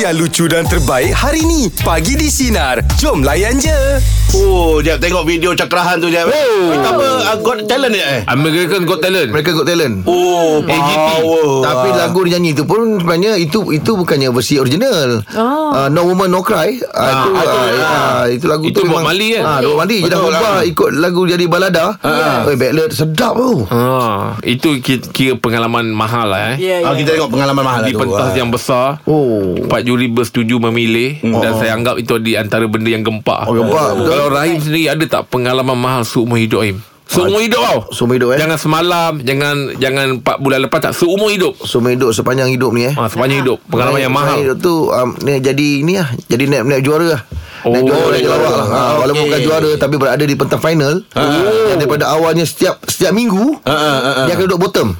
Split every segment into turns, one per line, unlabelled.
yang lucu dan terbaik hari ni. Pagi di Sinar. Jom layan je.
Oh, dia tengok video cakrahan tu dia. Oh. Itu apa? Uh, got talent dia eh?
American Got Talent
Mereka Got Talent
Oh, power.
Tapi lagu dia nyanyi tu pun sebenarnya itu itu bukannya versi original.
Oh.
Uh, no Woman No Cry. Uh, itu uh, uh, itu lagu
Ah, Itu
tu
Bob
memang
Marley kan?
Ah, Bob Marley je dah ubah ikut lagu jadi balada.
Ah,
Ha. Oi, ballad sedap tu. Oh.
ha, Itu ki- kira pengalaman mahal lah eh
Ya,
Ah,
ya.
kita tengok pengalaman mahal
Di
tu.
pentas
Ah.
yang besar
Oh.
Empat juri bersetuju memilih oh. Dan saya anggap itu di antara benda yang gempak Ah.
Hmm. Oh, gempak, betul.
Kalau Rahim sendiri ada tak pengalaman mahal seumur hidup Rahim? Seumur hidup tau
Seumur hidup, eh?
Jangan semalam Jangan jangan 4 bulan lepas tak Seumur hidup
Semua hidup sepanjang hidup ni eh.
ha, Sepanjang hidup Pengalaman
Naik-
yang mahal
naik Hidup tu um, ni, jadi ni lah Jadi naib-naib juara lah Naib
Oh,
juara,
naib
naib juara.
juara. Ah,
Ha, Walaupun bukan juara Tapi berada di pentas final Dan Daripada awalnya setiap setiap minggu
Ah, ah, ah, ah.
Dia akan duduk bottom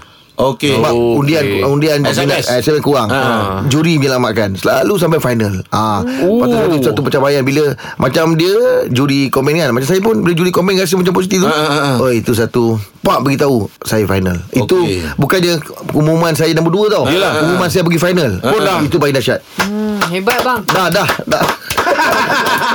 Okey.
Sebab
Oh,
undian
okey.
undian eh,
SMS.
SMS kurang. Ha. Juri menyelamatkan. Selalu sampai final. Ha. Lepas tu satu, satu pencapaian bila macam dia juri komen kan. Macam saya pun bila juri komen rasa macam positif tu.
Ha, ha, ha.
Oh itu satu pak beritahu saya final. Itu
Okey.
bukannya umuman saya nombor dua tau.
Yelah.
Umuman saya pergi final.
Ha,
Oh, dah.
Itu paling dahsyat.
Hmm, hebat bang.
Dah dah dah.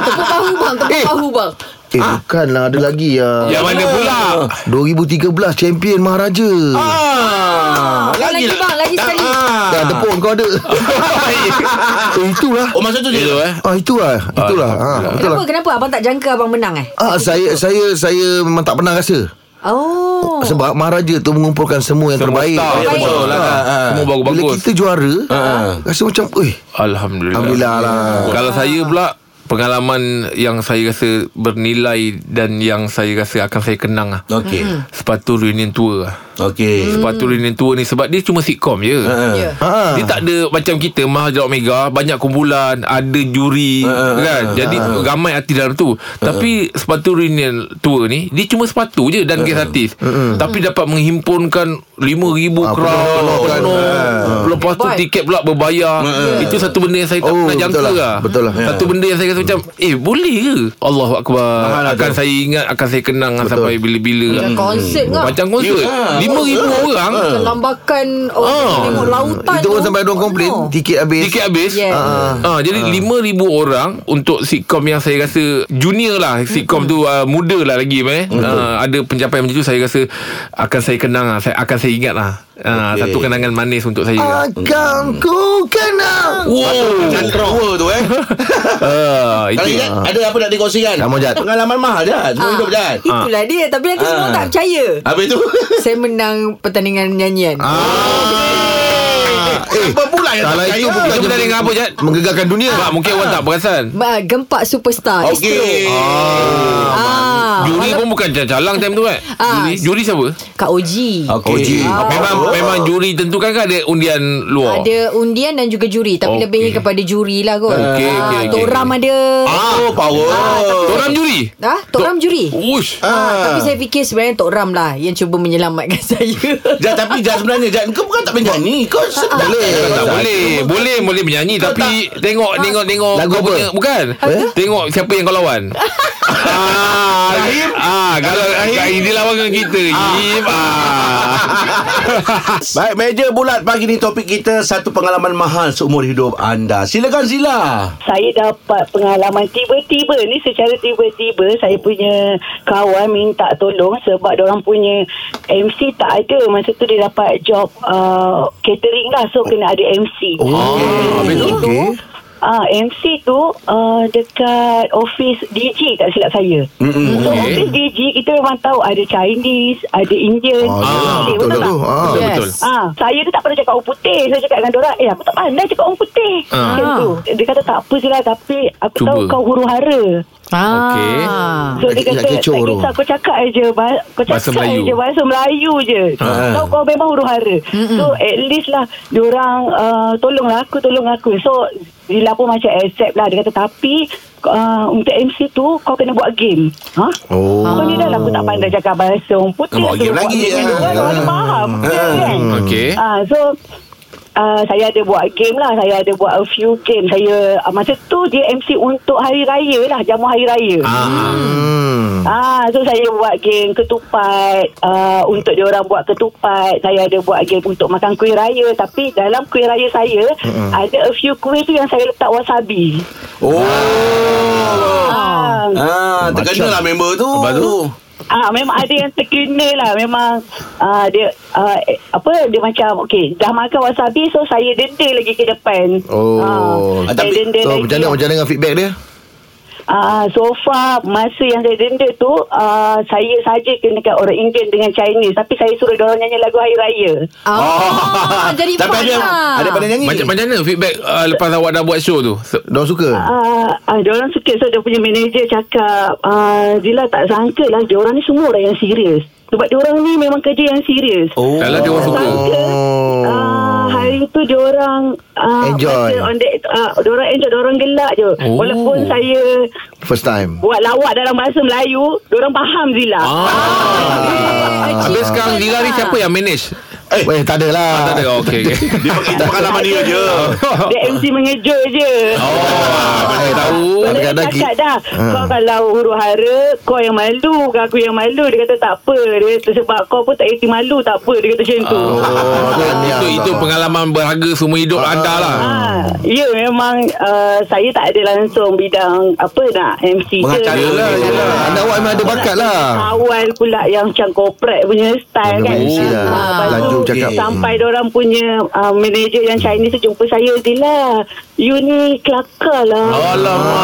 Tepuk bahu bang, tepuk
Eh.
bahu bang.
Eh bukanlah ada lagi ya.
Yang mana pula
2013 champion Maharaja.
Ah,
lagi,
lah.
bang, lagi sekali.
Ah.
Dah tepung kau ada. eh, itulah.
Oh, masa tu dia.
Itu eh
Ah itulah, itulah.
Ah.
Ha, itulah.
Kenapa, kenapa abang tak jangka abang menang eh?
Ah saya saya saya memang tak pernah rasa.
Oh.
Sebab Maharaja tu mengumpulkan semua yang
Semua
terbaik.
star yang
Terbaik.
betul lah.
Ah, ah.
Semua
Bila
bagus-bagus
kita juara, rasa macam, "Oi,
Alhamdulillah
alhamdulillah lah."
Kalau saya pula Pengalaman yang saya rasa bernilai Dan yang saya rasa akan saya kenang lah
Hmm.
Okey.
Hmm.
Sepatu reunion tour lah
Okey.
Sepatu reunion tour ni Sebab dia cuma sitcom je
Ya.
Ha.
Dia tak ada macam kita Mahal Jawa Mega Banyak kumpulan Ada
Ha,
juri kan Jadi ramai artis dalam tu Tapi sepatu reunion tour ni Dia cuma sepatu je
Ha,
Dan guest artis Tapi dapat menghimpunkan
Ah,
5,000 crowd
penuh, penuh,
Penuh kan? Ha,
Ha,
Lepas tu
Hebat.
tiket pula berbayar Itu satu benda yang saya tak
Oh,
pernah jangka
betul lah,
lah
betul lah.
Satu benda yang saya rasa macam Eh boleh ke Allahu Akbar
lah
Akan saya ingat Akan saya kenang Sampai bila-bila
Macam
lah.
konsert kan?
Macam konsert
Ya. Ha.
5,000 orang
Macam lambakan orang oh. tengok lautan Oh.
Itu pun sampai ada orang komplain, tiket habis.
Tiket habis
Yeah.
Ah, jadi 5000 orang untuk sitcom yang saya rasa junior lah sitcom tu uh, muda lah lagi eh. Ah, ada pencapaian macam tu saya rasa akan saya kenang lah. saya akan saya ingat lah. Ah, satu kenangan manis untuk saya. Ah.
Akan ku kenal.
Wow.
Cantrok. Tua tu eh.
Ah,
Kalau
itu.
Jad, ada apa nak dikongsikan?
Kamu, Jad.
Pengalaman mahal Jad.
Ah.
Semua hidup Jad.
Itulah dia Tapi nanti semua orang tak percaya
Habis tu.
Saya menang pertandingan nyanyian
Eh, apa pula yang
Kalau
tak
itu
percaya?
bukan
Itu bukan dengan apa Jad?
menggegarkan dunia.
Sebab mungkin orang tak perasan.
Ba- Gempak superstar
Okey.
ah.
Juri pun bukan calang time tu kan?
Ah.
Juri, juri siapa?
Kak Oji
Okey.
Memang memang juri tentukan kan ada undian luar.
Ada undian dan juga juri Tapi
Okey.
lebih kepada juri lah kot
Okey, okey, okey.
Tok Ram ada
Ah, oh, power.
Orang juri.
Ah, Tok Ram juri
Ush.
Ah, tapi saya fikir sebenarnya Tok Ram lah Yang cuba menyelamatkan saya
Jad, tapi Jad sebenarnya Jad, kau bukan tak menyanyi. Kau
Ah,
sedap.
Bukan tak
Boleh.
boleh Ha? Boleh boleh menyanyi Tapi tengok Tengok tengok
Lagu
kau
apa?
punya- Bukan Tengok siapa yang kau lawan Ah, ah, kalau Rahim dia lawan dengan kita. ah. Im. Ah.
Baik, meja bulat pagi ni topik kita satu pengalaman mahal seumur hidup anda. Silakan Zila.
saya dapat pengalaman tiba-tiba ni secara tiba-tiba saya punya kawan minta tolong sebab orang punya MC tak ada masa tu dia dapat job uh, catering lah so kena ada MC
Oh, habis tu. Okey.
Ah, MC tu uh, dekat office DJ tak silap saya.
Hmm,
Mm-hmm. So
Okey.
office DJ kita memang tahu ada Chinese, ada Indian.
Ah,
ya.
Malay,
betul
betul
lah
tak?
tu. Ah.
Betul betul.
Yes.
Ah, saya tu tak pernah cakap orang putih. Saya cakap dengan orang, eh aku tak pandai cakap orang putih.
Ah.
Macam tu. Dia kata tak apa Zila tapi aku
Cuba.
tahu kau huru hara.
Okey.
Ah.
So dia
Nak- nak
kata tak
kecoh tu.
kisah kau cakap je ba- Kau cakap
Bahasa Melayu.
je Bahasa Melayu je
Ah.
Kau, kau memang huru hara So at least lah Diorang uh, Tolonglah aku Tolong aku So Zila pun macam accept lah Dia kata tapi uh, Untuk MC tu Kau kena buat game Ha?
Oh.
Kau ni dah lah aku tak pandai cakap bahasa orang putih
Buat game
Suruh
lagi,
game
ah.
dulu kan, Orang dia faham kan?
Okey.
Ah, so uh, saya ada buat game lah. Saya ada buat a few game. Saya uh, masa tu dia MC untuk hari raya lah, jamu hari raya. Ah.
Ah.
Hmm.
Ah, so saya buat game ketupat uh, untuk diorang buat ketupat. Saya ada buat game untuk makan kuih raya tapi dalam kuih raya saya mm-hmm. ada a few kuih tu yang saya letak wasabi.
Oh.
Ah.
Ah, terkena lah member tu.
Lepas tu?
Ah memang ada yang terkena lah memang ah, dia ah, eh, apa dia macam okey dah makan wasabi so saya denda lagi ke depan.
Oh.
Ah,
Ah,
saya
tapi-
denda
So
lagi.
macam mana Macam mana dengan feedback dia
Ah, so far masa yang saya denda tu ah, saya saja kenakan orang Indian dengan Chinese tapi saya suruh dia orang nyanyi lagu Hari Raya.
Ah, jadi lah.
Tapi ada ada pada nyanyi.
Macam macam mana feedback uh, lepas awak dah buat show tu? Se-
Diorang suka
Ah, ah, dia orang suka so dia punya manager cakap ah, Dila tak sangka lah dia orang ni semua orang yang serius. Sebab dia orang ni memang kerja yang serius.
Oh.
Kalau dia orang suka.
Sangka ah, hari tu diorang ah,
Oh. Enjoy.
masa on the, ah, diorang enjoy Diorang gelak je
Oh.
oh. Walaupun saya
First time
Buat lawak dalam bahasa Melayu Diorang faham lah. Zila
Ah.
Habis sekarang Lila ni siapa yang manage?
Eh, Weh tak ada lah
Ah, Tak ada Oh, okey okey.
Dia pakai pengalaman dia je.
Dia MC mengeja je
Oh. Mana tahu.
Boleh dia
Kadang-kadang
cakap
ki-
dah
Ah.
Kau kalau huru hara Kau yang malu ke Aku yang malu Dia kata tak apa Dia kata, sebab kau pun tak reti malu Tak apa Dia kata macam tu
Oh, tu kan yang
Itu itu
tak-
pengalaman berharga semua hidup anda lah.
Ah, ya memang uh, saya tak ada langsung bidang apa nak MC
Pengacara
je.
lah, yelah.
Anak awak memang ada bakat lah
Awal pula yang macam corporate punya style
Memang
kan.
MC lah.
Lepas
Laju
tu
cakap. Hmm.
sampai orang punya uh, manager yang Chinese tu jumpa saya Zila, you ni kelakar lah.
Alamak.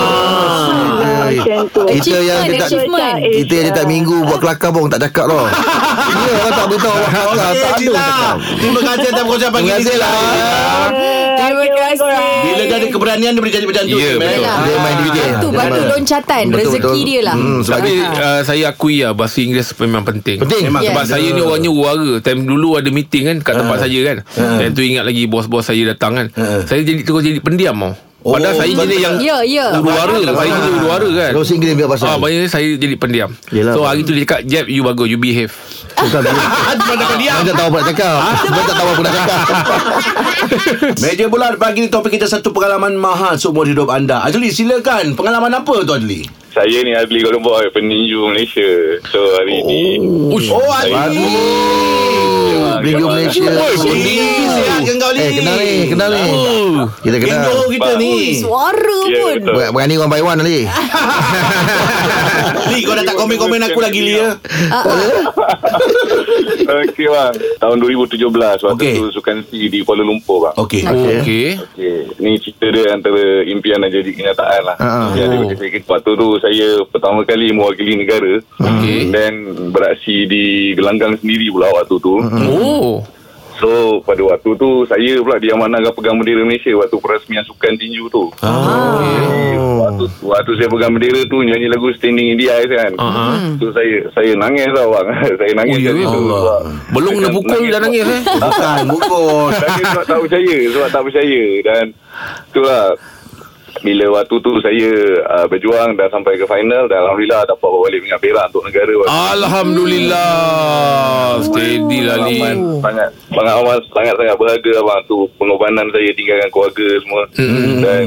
Ah, macam tu.
Kita yang dia tak
achievement.
Eh,
Kita yang dia tak minggu Buat kelakar pun tak cakap tau Ya orang tak beritahu awak kelakar
Okey,
Tak ada
Cila.
orang cakap
Terima kasih atas perkongsian pagi
Terima
ni.
kasih
Cila.
lah
Ah,
Terima kasih.
Bila dah ada keberanian dia boleh jadi macam tu.
Ya,
Tim, eh.
betul.
Dia main DJ
Itu
Dia
batu
main.
loncatan
Betul,
Rezeki
betul.
dia lah
Hmm, sebab
Tapi uh, saya akui lah Bahasa Inggeris memang penting
Penting.
Ya.
Memang
Sebab
kena.
saya ni orangnya Wara Time dulu ada meeting kan Kat tempat saya kan Time tu ingat lagi Bos-bos saya datang kan
Ha.
Saya jadi terus jadi pendiam tau
Oh,
Padahal saya
betul.
jenis yang
Ya, ya.
Uruara Saya jenis uruara kan
Kau singgir biar pasal
Ah, maknanya saya jadi pendiam
Yelah.
So hari tu dia cakap Jeb you bagus You behave
Susah dia Dia tak tahu apa nak cakap Dia tak tahu apa nak cakap
Meja bulat pagi ni topik kita satu pengalaman mahal seumur hidup anda. Adli silakan. Pengalaman apa tu Adli?
Saya ni Adli Golden Boy eh, Peninju Malaysia So hari oh. ni
Ush.
Oh Adli.
Radio Malaysia
Oi,
Adli sihat ke kau ni?
Eh kenal ni Kenal ni Kita kenal
Kenal kita ni.
Ui, Suara
Ya,
pun
betul.
Ber- Berani one by one Ali
Li kau dah tak komen-komen aku lagi Li ya.
Okey bang Tahun 2017 Waktu
Okey.
tu Sukan C di Kuala Lumpur bang
Okey.
Okay
Okey, ni cerita dia antara impian dan jadi kenyataan lah. Uh,
Ah.
dia ada macam saya kata, waktu tu saya pertama kali mewakili negara.
Okey.
Dan beraksi di gelanggang sendiri pula waktu tu.
Oh
So pada waktu tu saya pula diamanahkan pegang bendera Malaysia waktu perasmian sukan tinju tu.
Ah,
Oh. Waktu, waktu saya pegang bendera tu nyanyi lagu Standing in the Ice kan.
Ah.
So saya saya nangis tau bang. saya nangis
Oh, ya
kat situ,
Allah.
bang.
Belum kena
Saya
pukul Dah nangis eh
Bukan bungkus.
saya sebab tak percaya Sebab tak percaya Dan Itulah Bila waktu tu saya uh, Berjuang Dan sampai ke final Dan Alhamdulillah Dapat bawa balik minyak perak Untuk negara waktu tu.
Alhamdulillah Steady lah Li
Pengalaman sangat sangat amat sangat-sangat berharga abang tu pengorbanan saya tinggalkan keluarga semua
Hmm.
dan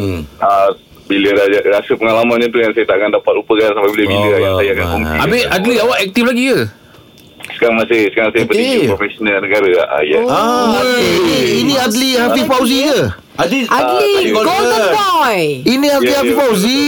uh, bila dah rasa pengalamannya tu yang saya takkan dapat lupakan sampai bila-bila
Allah,
yang saya akan
abang.
kongsi
Habis Adli awak aktif lagi ke?
sekarang masih sekarang saya
Aktif.
petinju profesional negara ah, ya.
Ah,
Eh, Ini Adli Hafiz Fauzi ke
Adli.
Oh,
Ah,
Adli
golden
Golden Boy
Ini Adli
Ya,
Hafiz
ya.
Fauzi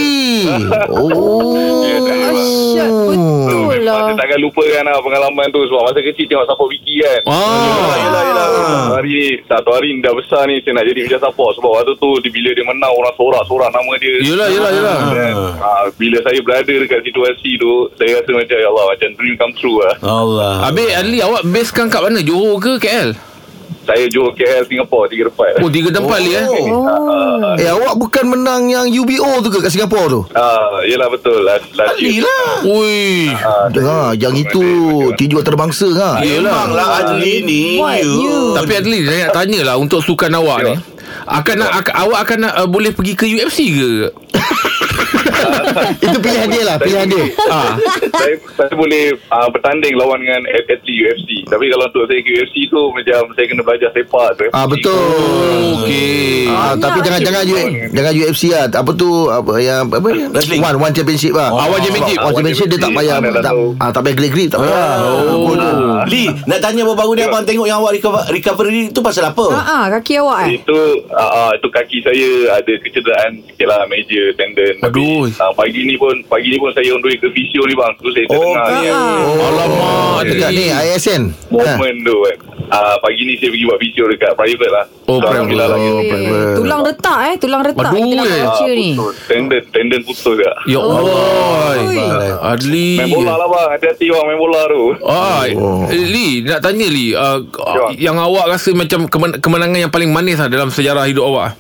Oh
Ya, tak ada, abang.
Asyik Betul
Memang
lah
Saya takkan lupakan lah pengalaman tu Sebab masa kecil tengok support Vicky kan
Ah.
Yelah, yelah. Satu hari, satu hari ni dah besar ni Saya nak jadi macam support Sebab waktu tu dia- Bila dia menang Orang sorak-sorak nama dia
Yelah yelah yelah
Dan, ah, Bila saya berada dekat situasi tu Saya rasa macam Ya Allah Macam dream come true lah
Allah.
Habis Adli awak base kan kat mana? Johor ke KL?
Saya Johor KL Singapore Tiga depan
Oh tiga tempat Li eh
Eh awak bukan menang yang UBO tu ke kat Singapura tu?
Ah, yelah betul Last, last year
lah. Ui
Ah,
Ha, yang itu tinju antarabangsa ha.
Yelah
Memanglah lah, Adli ni.
What you
Ah, Tapi Adli saya nak tanya lah Untuk sukan awak ni Akan nak, ak, awak akan nak, uh, boleh pergi ke UFC ke?
Itu pilihan dia lah Pilihan dia
Ah,
saya, saya boleh uh, bertanding lawan dengan atlet UFC. Tapi kalau untuk saya ke UFC tu macam saya kena belajar sepak. tu.
Ah betul. Okey. Ah, tapi jangan jangan U, jangan UFC lah. Apa tu apa yang apa yang-
Wrestling.
one one championship lah.
Ah, one championship.
One championship dia tak
One
payah
championship,
tak
mana dah
ah, tak payah grip grip tak payah.
Oh.
Lee, nak tanya baru-baru ni abang tengok yang awak recover- recovery tu pasal apa?
Ah, ah, kaki awak eh.
Itu uh, itu kaki saya ada kecederaan sikit lah major tendon.
Aduh.
Tapi, uh, pagi ni pun pagi ni pun saya on the way ke fisio ni bang. Tu saya
Oh,
terdengar ni yang
Ah,
Ah. Alamak
Dekat ni ISN. Ha.
moment tu kan. Uh, pagi ni saya pergi buat fisio dekat private lah. So,
Oh, private.
alhamdulillah lah.
Oh,
Eh,
private.
Tulang retak eh, tulang retak.
Aduh,
Kita nak
eh.
baca
Ah,
ni.
putus. Tendon tendon putus tak.
Ya Allah
Ui.
Adli
Main bola lah bang. Hati-hati bang main bola tu.
Ah,
Oh.
oh. Li, nak tanya Li, uh, yang awak rasa macam kemen- kemenangan yang paling manis lah dalam sejarah hidup awak.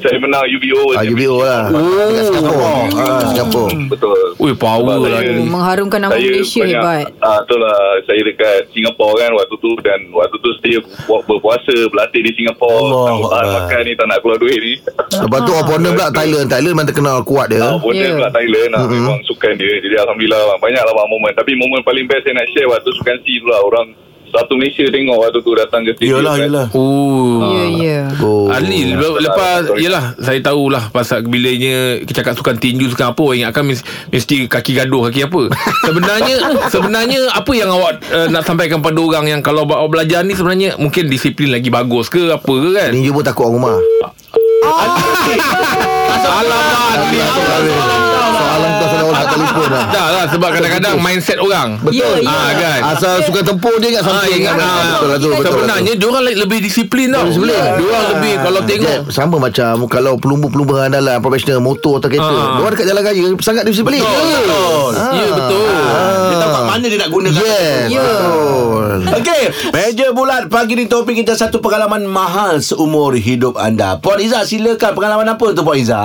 Saya menang UBO.
Ah, UBO lah. Dekat Singapura. Ah, Singapura.
Betul.
Ui, power
Sebab
lah
saya-
ni.
Hmm, Mengharumkan nama Malaysia hebat.
Ah, betul lah. Saya dekat Singapura kan waktu tu dan waktu tu saya buat berpuasa, berlatih di
Allah
Singapura. Tak
Allah.
makan ni tak nak keluar duit ni.
Lepas tu opponent pula Thailand. Thailand memang terkenal kuat dia.
Ah, Pun
Ya.
yeah. pula Thailand lah. Memang sukan dia. Jadi Alhamdulillah bang. Banyak lah bang momen. Tapi momen paling best saya nak share waktu sukan C tu lah. Orang satu Malaysia tengok waktu tu datang ke stadium.
Yalah,
kan.
yalah.
Ah.
Oh.
Ya, ya.
Oh.
Ali le- lepas Yelah Saya tahulah Pasal bilanya Kita cakap sukan tinju Sukan apa Orang ingatkan mes- Mesti kaki gaduh Kaki apa Sebenarnya Sebenarnya Apa yang awak uh, Nak sampaikan pada orang Yang kalau awak belajar ni Sebenarnya Mungkin disiplin lagi bagus ke Apa ke kan
Ninja pun takut orang rumah.
Alamak Ali.
Soalan kau soalan orang tak telefon lah.
Dah lah Sebab kadang-kadang Mindset orang
Ya, ya.
Ah kan
Asal suka tempur dia ingat
Ah,
something.
ingat,
Betul
ah.
lah tu, betul lah tu.
Sebenarnya Diorang le- lebih disiplin tau Diorang lebih Kalau tengok
Jeb, sama macam kalau pelumbu-pelumbu andalan profesional motor atau kereta.
Ah.
Orang dekat jalan raya sangat disiplin.
Betul Ya betul
Ah.
Dia tahu kat mana dia nak gunakan.
Yes.
Ya.
Betul.
Okey, meja bulat pagi ni topik kita satu pengalaman mahal seumur hidup anda. Puan Iza silakan pengalaman apa tu Puan
Ah,
Iza?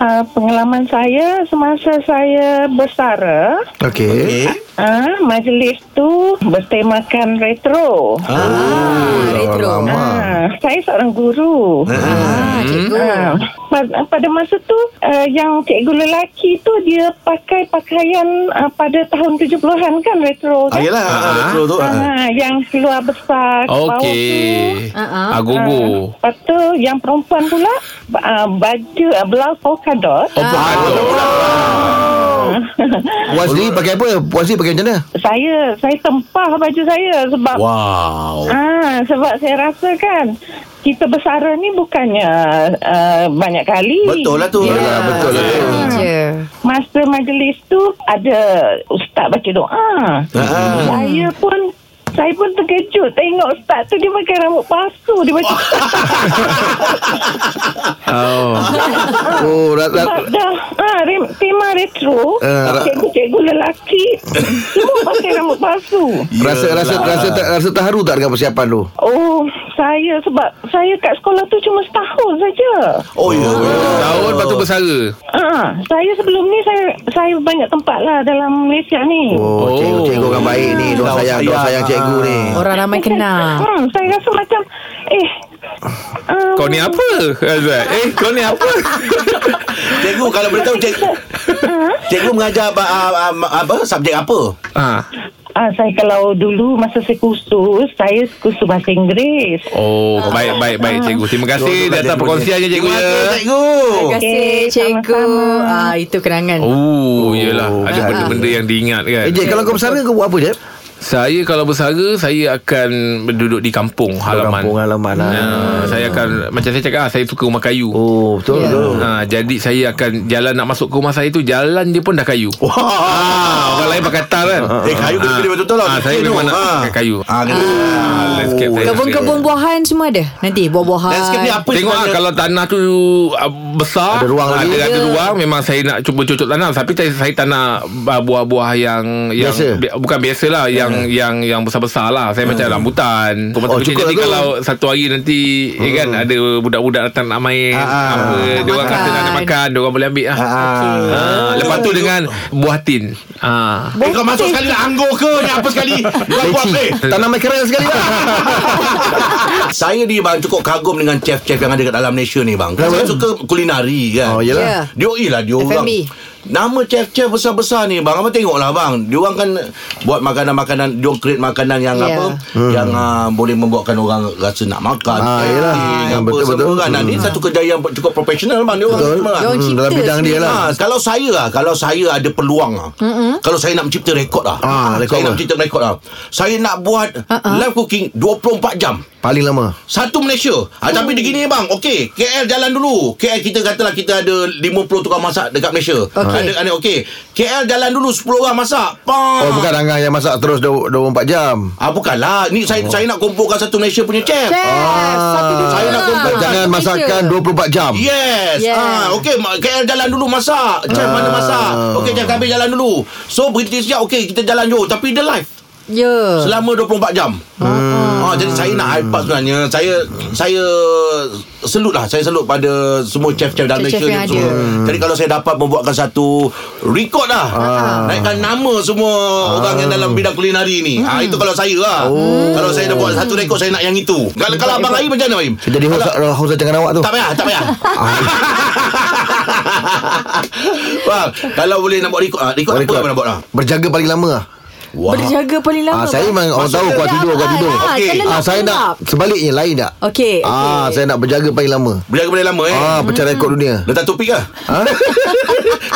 Uh, pengalaman saya semasa saya bersara,
Okey.
uh, majlis tu bertemakan retro.
Ah, retro.
Lama. Hmm.
Ah, saya seorang guru.
Ah, cikgu.
Ah, pa- pada masa tu uh, yang cikgu lelaki tu dia pakai pakaian uh, pada tahun 70-an kan retro kan.
Ah, yalah, ah, retro tu. Ah.
Ah, yang keluar besar ke bawah tu.
Okey
Ah, ah.
Agogo
Lepas tu yang perempuan pula uh, baju uh, blouse polka dot.
Oh, ah.
Ah,
Puan sendiri pakai apa? Puan sendiri pakai macam mana?
Saya saya tempah baju saya sebab
Wow.
Ah, sebab saya rasa kan kita bersara ni bukannya uh, banyak kali.
Betul lah
Ya.
tu.
Yalah, betul lah.
Ah.
tu.
Ah, Ni je.
Masa majlis tu ada ustaz baca doa.
Ah.
Saya pun saya pun terkejut tengok ustaz tu dia pakai rambut palsu dia baca
lah
Oh.
Oh, rat, rat,
sebab dah ah, re, tema retro
Ah, ra-
cikgu-cikgu lelaki semua pakai rambut palsu
rasa rasa rasa tak rasa terharu tak dengan persiapan tu?
oh saya sebab saya kat sekolah tu cuma setahun saja
Oh ya.
Tahun lepas tu bersara
Ah, saya sebelum ni saya saya banyak tempat lah dalam Malaysia ni.
Oh,
Oh.
cikgu cikgu orang baik ni,
Doa
doa sayang, doa
sayang.
sayang cikgu ni.
Orang ramai kenal.
Hmm, saya rasa macam eh um,
Kau ni apa Azad Eh kau ni apa
Cikgu kalau boleh tahu cik, cikgu mengajar apa, ah, ah, apa subjek apa?
ah.
ah, saya kalau dulu masa saya kursus, saya kursus bahasa Inggeris.
Oh baik baik baik cikgu Terima kasih Di
Doa-doa
atas
cikgu
perkongsiannya
ni.
cikgu ya
Terima kasih cikgu.
Terima kasih,
Okey,
cikgu.
sama-sama.
Ah, itu kenangan.
Oh yelah Ada
kan.
benda-benda yang diingat kan
Eh, Jeb, kalau kau bersara kau buat apa, Jeb?
Saya kalau bersara Saya akan Berduduk di kampung Halaman
Kampung halaman. ah.
Ah, Saya akan Macam saya cakap ah, Saya suka rumah kayu
Oh, betul.
Ya.
betul.
Ha, jadi saya akan jalan nak masuk ke rumah saya tu jalan dia pun dah kayu. Wah. Ha, orang lain pakai tar kan.
Eh, kayu kena pilih betul-betul lah.
Ah, saya
Betul tu.
memang nak
Ah.
pakai kayu.
Ah, kena.
Ah, landscape saya
Kebun-kebun buahan semua ada. Nanti buah-buahan.
Landscape ni apa
Tengok ah,
sebenarnya?
kalau tanah tu ah, besar
Ada ruang
ah,
lagi.
ada, ada
Ya.
ruang memang saya nak cuba cocok tanam tapi saya, saya tanah ah, buah-buah yang yang
Biasa. Hmm.
bi- bukan biasalah yang yang yang yang besar-besar lah. Saya macam rambutan. Kau oh,
Oh,
jadi
cukup lah tu.
kalau satu hari nanti hmm. ya kan ada budak-budak datang nak main
Ah, ah.
apa
Nak
dia orang kata nak
makan.
makan, dia orang boleh ambil lah.
Ah, ah.
Oh.
Ha, lepas tu dengan buah tin. Ha.
Eh, kau masuk sekali
lah,
nak anggur ke Nak apa sekali Kau buat
Leci.
eh
Tanam mackerel sekali lah
Saya ni bang Cukup kagum dengan chef-chef Yang ada kat dalam Malaysia ni bang Saya suka kulinari kan
Oh, yelah.
Ya.
Dia ialah dia orang
F&B.
Nama chef-chef besar-besar ni bang Abang tengoklah bang Dia orang kan Buat makanan-makanan Dia orang create makanan yang
Ya.
apa Yang uh, boleh membuatkan orang Rasa nak makan
Hmm. Ah, yelah.
Yang
Betul,
betul-betul
betul.
kan Nah, Ni satu kerjaya yang cukup profesional bang Dia orang
Betul.
semua, bang.
Dia orang
Hmm,
cipta
dalam bidang dia
sendiri.
lah.
Ha, kalau saya lah Kalau saya ada peluang lah mm Kalau saya nak mencipta rekod lah
Ah,
Saya
rekod apa?
nak mencipta rekod lah Saya nak buat Live cooking 24 jam
Paling lama
satu Malaysia ha, Tapi dia gini bang Okey KL jalan dulu KL kita katalah Kita ada 50 tukang masak Dekat Malaysia
Okey.
ada, ada, Okey KL jalan dulu 10 orang masak Pah.
Oh bukan Angah yang masak terus 24 jam
Ah, bukanlah Ni saya, saya nak kumpulkan Satu Malaysia punya chef
Chef,
Ah,
Ah, satu dua
Saya nak
tiga.
kumpul.
Jangan
Malaysia.
masakkan 24 jam
Yes.
Yeah.
Ah, okey, ma- KL jalan dulu masak. Chef
Ah.
mana masak? Okey, chef kami jalan dulu. So berhenti sekejap, okey kita jalan jauh tapi dia live
Ya.
selama 24 jam. Hmm. Ah, jadi saya nak iPad sebenarnya. Saya saya selut lah. Saya selut pada semua chef-chef dalam
Chef-chef
Malaysia
yang
ni
ada.
semua. Jadi kalau saya dapat membuatkan satu record lah.
Ah.
Naikkan nama semua orang yang dalam bidang kulinari ni.
Hmm.
Ah, itu kalau saya lah.
Oh.
Kalau saya dah buat satu record saya nak yang itu. Kalau kalau abang Aim macam mana Aim?
Dia Jadi host, lah. host jangan awak tu
Tak payah, tak payah. Faham? Kalau boleh nak buat record, ah, record, apa
Boleh ikut.
abang nak buat lah?
Berjaga paling lama lah
Wah.
Berjaga paling lama. kan?
Ah, saya
bang.
memang orang tahu
Maksudnya
kuat tidur, kuat
abang,
tidur.
ah,
Okey.
kena
Ah,
nak
saya
gelap.
nak sebaliknya lain tak?
Okey,
Ah,
okey.
saya nak berjaga paling lama.
Berjaga boleh lama eh.
Ah, pecah
Hmm.
rekod dunia.
Letak topik lah ha?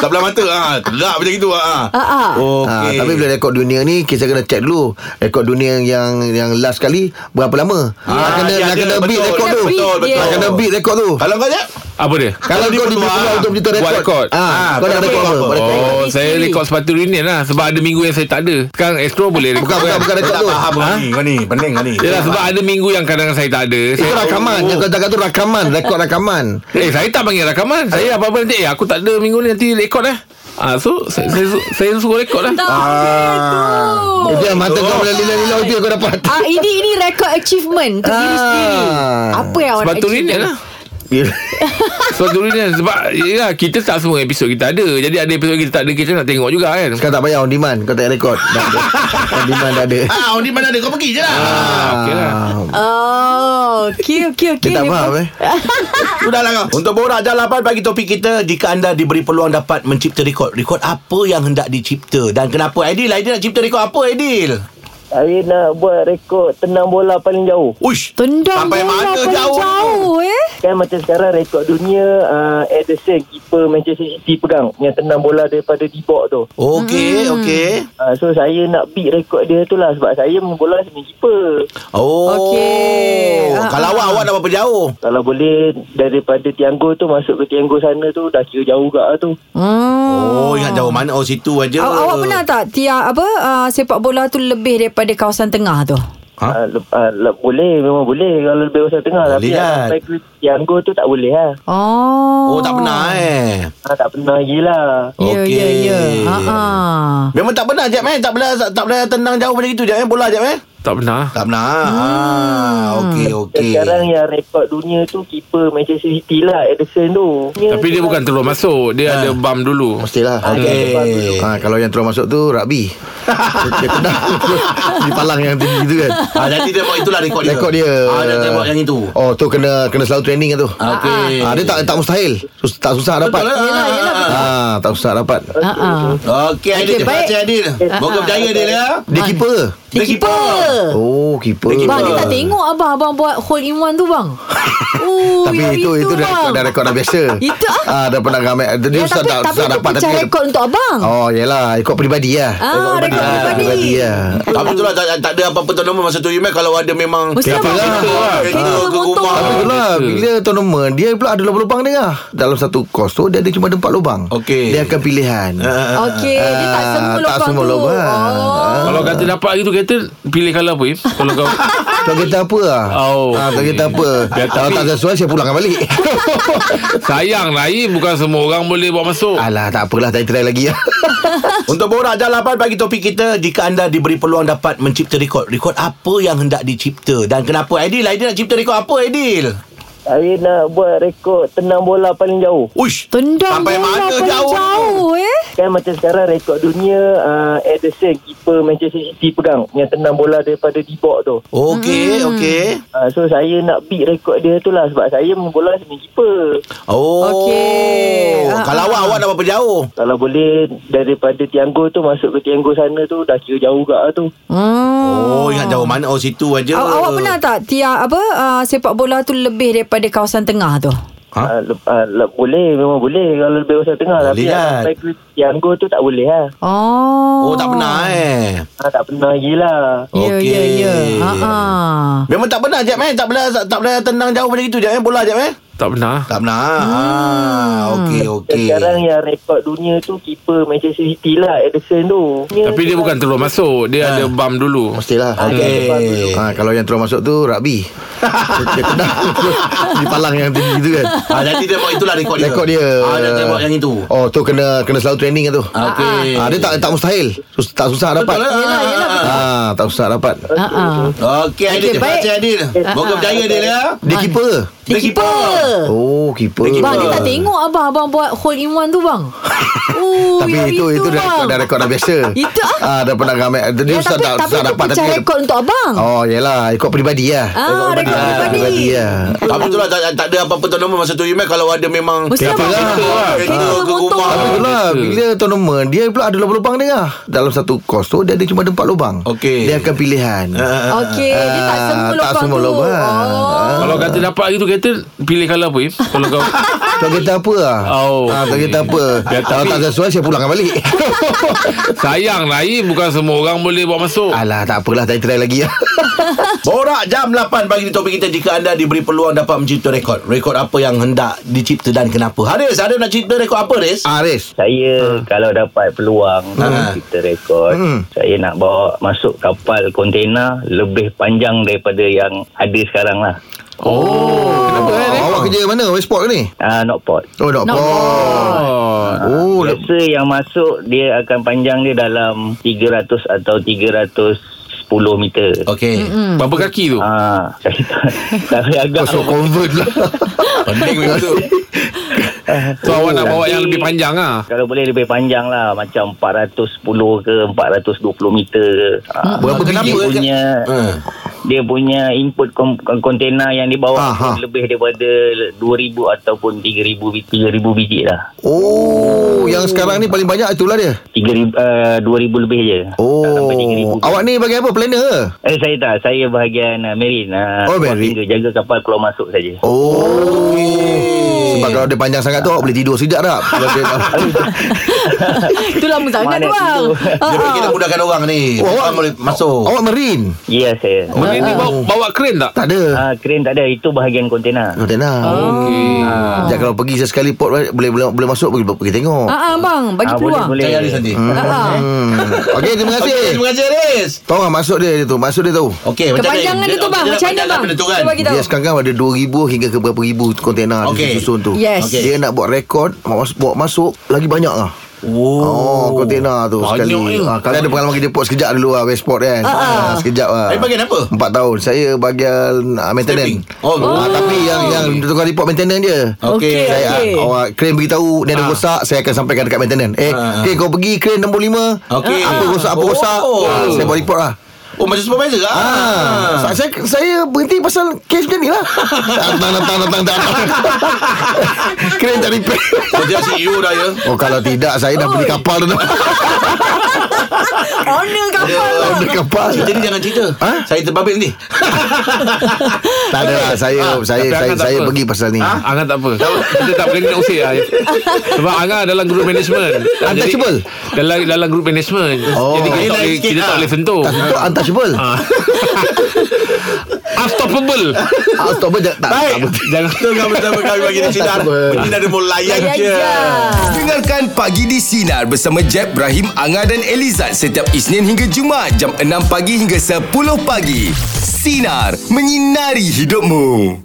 Tak belah mata ah, Terlak macam itu ah.
Ah, ah.
Okey.
Ah, tapi bila rekod dunia ni kita kena check dulu rekod dunia yang yang last kali berapa lama.
Ha,
nak
Ah,
kena
dia
nak
ada,
kena beat
ya, betul,
rekod tu.
Kena beat
Betul betul
dia.
Nak kena beat rekod tu.
Kalau kau je
Apa dia?
Kalau
Kalau
kau
dia
diberi
peluang,
peluang untuk mencipta
buat
rekod.
rekod.
Ah,
Ah,
kau nak
tapi
rekod apa?
apa?
Kau nak rekod.
Oh, saya
sendiri.
rekod sepatu rinit lah Sebab ada minggu yang saya tak ada Sekarang Astro boleh rekod
Bukan bukan bukan Ah, rekod tu.
Faham kau ni Kau ni Pening kau ni
Yelah sebab ada minggu yang kadang-kadang saya tak ada
Itu
saya,
rakaman. Yang kau cakap tu rakaman, rekod rakaman.
Eh saya tak panggil rakaman Saya apa-apa nanti Eh aku tak ada minggu ni Nanti rekod lah Ah, so saya, saya, su- saya suruh rekod lah
Tak
Ah.
boleh tu.
Itu yang mata kau melilau-lilau itu yang kau dapat.
Oh. Ah ini ini rekod achievement untuk diri
Ah.
sendiri. Apa yang awak nak
Sepatu
achieve?
rinit lah Sepatu rinit Sebab yelah, Kita tak semua episod kita ada Jadi ada episod kita tak ada Kita nak tengok juga kan
Sekarang tak payah on demand Kau tak payah rekod Dah ada. On demand dah ada
Ah, on mana ada kau pergi je lah.
ah, okay lah.
Oh, okey okey okey.
Dia tak faham eh
Ha, Sudahlah kau. Untuk borak jam 8 bagi topik kita jika anda diberi peluang dapat mencipta rekod. Rekod apa yang hendak dicipta dan kenapa? Aidil, Aidil nak cipta rekod apa Aidil?
Saya nak buat rekod tenang bola paling jauh.
Uish.
Tendang
sampai
bola
mana
paling
jauh.
jauh eh.
Kan macam sekarang rekod dunia uh, Ederson keeper Manchester City pegang yang tenang bola daripada di box tu.
Okey,
Hmm.
okey.
Uh, so saya nak beat rekod dia tu lah sebab saya main bola sebagai keeper.
Oh.
Okey. Ah,
Kalau awak awak nak berapa jauh?
Kalau boleh daripada tianggo tu masuk ke tianggo sana tu dah kira jauh gak lah tu.
Hmm.
Oh, ingat jauh mana? Oh, situ aja.
Aw, awak pernah tak tia apa uh, sepak bola tu lebih daripada kawasan tengah tu?
Ha?
Ha? Uh, le- uh, le- boleh memang boleh kalau lebih besar tengah
Boleh
tapi
kan?
nak sampai ke tianggo tu tak boleh lah.
Oh.
Oh, tak pernah eh.
Ha, tak pernah lagi lah.
Ya
Okey.
ya ya. Ha ah.
Memang tak pernah Jeb eh Tak pernah tak, tak pernah tendang jauh macam itu Jeb eh Bola Jeb eh
Tak pernah
Tak pernah hmm. ah, Okey
Okay.
okey
Sekarang yang rekod dunia tu keeper Manchester City lah Ederson tu.
Tapi dia bukan terus masuk Dia ada bam dulu
Mestilah
Okey
ha, Kalau yang terus masuk tu Rugby Dia kena Di palang yang tinggi tu kan
ah, Jadi dia buat itulah rekod dia
Rekod dia
ah, dia, dia buat yang itu
Oh tu kena Kena selalu training kan tu
Ah, Okey
ha, Dia tak tak mustahil Sus, Tak susah dapat
Betul lah Yelah yelah
ha, Tak susah dapat
Ha ah.
Okey Adil Terima
baik.
kasih Adil Moga berjaya Adil ya
Dia keeper ke?
Dia keeper.
Oh keeper
Dia keeper.
Bang, dia tak tengok abang abang buat hole in one tu bang. Oh,
Tapi
yang
itu Itu dah rekod Dah rekod dah biasa
Itu ah.
Ah, Dah pernah ramai Dia
Ya,
susah
tapi,
tak
tapi
susah
itu
dapat
pecah
Tapi
rekod untuk abang.
Oh yelah Rekod peribadi lah
ah, rekod
Ah,
peribadi.
lah
Tapi itulah Ah, tak, tak ada apa-apa tournament masa tu Email kalau ada memang
Mesti
Keeper
abang
lah.
keeper.
Keeper
Keeper
ke
motor.
rumah.
Tapi itulah Bila tournament Dia pula ada lubang-lubang dia lah dalam satu kos tu dia ada cuma ada empat lubang.
Okey.
Dia akan pilihan.
Ah,
Okey, dia tak semua
Ah,
lubang
tak semua Ah.
tu.
lubang.
Oh.
Kalau kata dapat gitu kereta Pilih colour apa Im? Kalau kau
Tak kata apa lah.
Oh.
Ah, tak kata apa.
Ya,
Biar
Kalau
tapi-
tak sesuai saya pulangkan balik.
Sayang lah Im Bukan semua orang boleh buat masuk
Alah tak apalah tak try lagi lah.
Untuk borak jalapan bagi topik kita Jika anda diberi peluang dapat mencipta rekod Rekod apa yang hendak dicipta Dan kenapa Aidil? Aidil nak cipta rekod apa Aidil?
Saya nak buat rekod tenang bola paling jauh.
Uish
Tendang
Sampai
bola
mana
paling
jauh
jauh eh.
Kan macam sekarang rekod dunia uh, Ederson keeper Manchester City pegang yang tenang bola daripada di box tu.
Okey,
Hmm.
okey
Uh, so saya nak beat rekod dia tu lah sebab saya main bola sebagai keeper.
Oh
Okey. Ah,
Kalau
ah,
awak, awak nak berapa jauh?
Kalau boleh daripada Tianggo tu masuk ke Tianggo sana tu dah kira jauh gak lah tu.
Hmm.
Oh, ingat jauh mana? Oh, situ
Ya.
aja.
Aw, awak pernah tak Tia apa uh, sepak bola tu lebih daripada kawasan tengah tu?
Ha?
Ha? Uh, le- uh, le- boleh memang boleh kalau lebih pasal tengah
Boleh
tapi
kan?
nak sampai ke Tianggo tu tak boleh lah.
Oh.
Oh, tak pernah eh.
Ha, tak pernah lagi lah.
Ya ya
Okey.
ya. Ha ah.
Memang tak pernah Jeb eh Tak pernah tak, tak pernah tendang jauh macam itu Jeb eh Bola Jeb eh
Tak pernah
Tak pernah hmm. ah, Okey okey
Sekarang yang rekod dunia tu keeper Manchester City lah Ederson tu.
Tapi dia bukan terus masuk
Ah.
Dia ada bam dulu
Mestilah.
Okey
Ha, kalau yang terus masuk tu rugby. dia kena di palang yang tinggi tu kan.
ah, Nanti dia buat itulah rekod dia
Rekod dia.
ah, Nanti dia buat yang itu
Oh tu kena kena selalu training kan tu.
Ah, Okey
Ah, dia tak tak mustahil. Sus, tak susah dapat.
Betul lah. Yelah, yelah, betul.
Ah, tak susah dapat.
Ha ah.
Okey Adil
Okey,
Terima
baik.
kasih Adil Moga berjaya Adil ya
Dia keeper ke?
Dia keeper
Oh, keeper.
Bang Ah. dia tak tengok abang abang buat hole in one tu bang. Oh,
Tapi
yang
itu itu dah rekod dah rekod dah biasa.
Itu
Ah,
ah.
dah pernah ramai. Dia
Ya,
susah
tapi,
tak
tapi
susah
dia
dapat
pecah rekod untuk abang.
Oh, yelah ikut peribadi lah.
ah, rekod
Ah,
pribadi.
lah.
Tapi itulah tak, tak ada apa-apa tournament masa tu Email kalau ada memang
Mesti
Kereta
abang
lah.
tengok.
Kereta
Ini
ke
motor.
rumah.
Betul lah Bila tournament Dia pula ada lubang-lubang dia lah. Dalam satu kos tu Dia ada cuma ada empat lubang
Okey. Ah,
Dia akan pilihan
Okey, dia tak
Ah,
semua
tak
lubang
semua
tu.
lubang.
Oh.
Ah.
Kalau kata dapat gitu kereta Pilih colour apa Im? Kalau kau
Tak kata apa lah
Oh.
ha, Tak kata apa
Biar
Kalau
tapi-
tak sesuai Saya pulangkan balik
Sayang lah Im Bukan semua orang boleh buat masuk
Alah tak apalah Tak try lagi lah
Borak jam 8 pagi di topik kita Jika anda diberi peluang dapat mencipta rekod Rekod apa yang hendak dicipta dan kenapa Haris, Haris nak cipta rekod apa Haris?
Aris
Saya kalau dapat peluang
Ha.
ha. kita rekod,
Hmm.
saya nak bawa masuk kapal kontena lebih panjang daripada yang ada sekarang lah.
Kenapa eh Awak kerja mana Westport ke ni
Ah, not pot.
Oh nak
Nak
port
Oh
Oh le-
Biasa yang masuk dia akan panjang dia dalam 300 atau 310 meter.
Okey
Hmm. Berapa kaki tu?
Ah, saya tak, saya agak
Oh. Masuk convert lah
Pening memang tu
So awak nak bawa
Tapi-
yang lebih panjang lah
Kalau boleh lebih panjang lah Macam 410 ke 420 meter ke ha.
Hmm, Berapa
Dia
Ha. biji
punya
Ah.
Dia punya input kom- kontena yang dibawa
Aha.
ha, Lebih daripada 2,000 ataupun 3,000 bi- 3,000 biji lah
Oh Yang sekarang ni paling banyak Itulah dia
3,000, uh, 2,000 lebih je Tak sampai 3,000
Oh
biji.
Awak ni bagi apa Planner ke
Eh saya tak Saya bahagian uh, marine uh,
Oh, marine.
Jaga kapal keluar masuk saja
Oh Sebab kalau dia panjang sangat tu Awak boleh tidur sekejap tak Kalau dia
Itu lama sangat
Mana
tu bang.
tidur?
Ah,
Dia
ah.
fikir nak mudahkan orang ni
Oh,
Orang
awak-
boleh masuk
Awak marine
Ya yeah, saya
Benda ni bawa, bawa kren tak?
Tak ada
Ah, Crane tak ada Itu bahagian kontena
Tak ada
Ah. Okey
Sekejap kalau pergi sesekali port boleh boleh, boleh masuk pergi, pergi tengok.
Ah, ah, bang, bagi
Ah,
peluang.
boleh,
Cari Haris nanti
Ah, ah.
Hmm. Okey, terima kasih.
Okey, terima kasih Haris
Tahu tak masuk dia, dia tu? Masuk dia tahu.
Okey, Eh, macam mana?
Kepanjangan dia tu bang,
okey,
macam mana
panjang
bang?
benda tu kan?
Cuba kita
Dia
tahu.
sekarang ada 2,000 hingga ke berapa ribu kontainer
Okey.
okay. susun tu.
Yes. Okey.
Dia nak buat rekod, bawa masuk, bawa masuk lagi banyak lah. Oh, kontainer tu
Banyak
sekali.
ni.
Ha, kalau ada pengalaman kerja port sekejap dulu lah, Westport kan. Ha, sekejap lah.
Tapi bagian apa?
Empat tahun. Saya bagian uh, maintenance.
Stepping. Oh.
Ah, tapi yang yang tukar report maintenance dia.
Okey.
Okey,
Saya
Oh, okey.
okay. awak crane beritahu dia ada rosak, saya akan sampaikan dekat maintenance. Eh,
Ah.
okay, kau pergi crane nombor 5.
Okey.
Apa rosak, apa
Oh.
rosak. Ah, saya buat report lah.
Oh, macam supervisor lah Ah.
Ah, Saya, saya berhenti pasal kes macam ni lah Datang, datang, datang, datang Crane tak repair
So, dia CEO dah ya
Oh kalau tidak saya dah beli kapal dah
Ah.
Honor kapal bang.
Ada kapal
Jadi jangan cerita
Ha?
Saya terbabit ni
Tak ada lah saya
Tapi
Saya saya,
Angah tak
saya
apa.
pergi pasal ni
Ah, Angah tak apa Kita tak berani nak usik lah Sebab Angah dalam group management Ah, jadi-
Untouchable.
Dalam dalam group management
Oh. ah.
Jadi kita tak
Dia lain
boleh
sikit
Kita tak
lah.
boleh sentuh
Tak sentuh untouchable
Ah. After
Unstoppable
Ah,
Unstoppable jangan tak, tak
Baik Jangan Tengah bersama kami Bagi di sinar
Tak apa.
Berdina demo layan
Layan
je
je.
Dengarkan Pagi di Sinar bersama Jeb, Ibrahim, Anga dan Elizad setiap Isnin hingga Jumaat jam 6 pagi hingga 10 pagi. Sinar, menyinari hidupmu.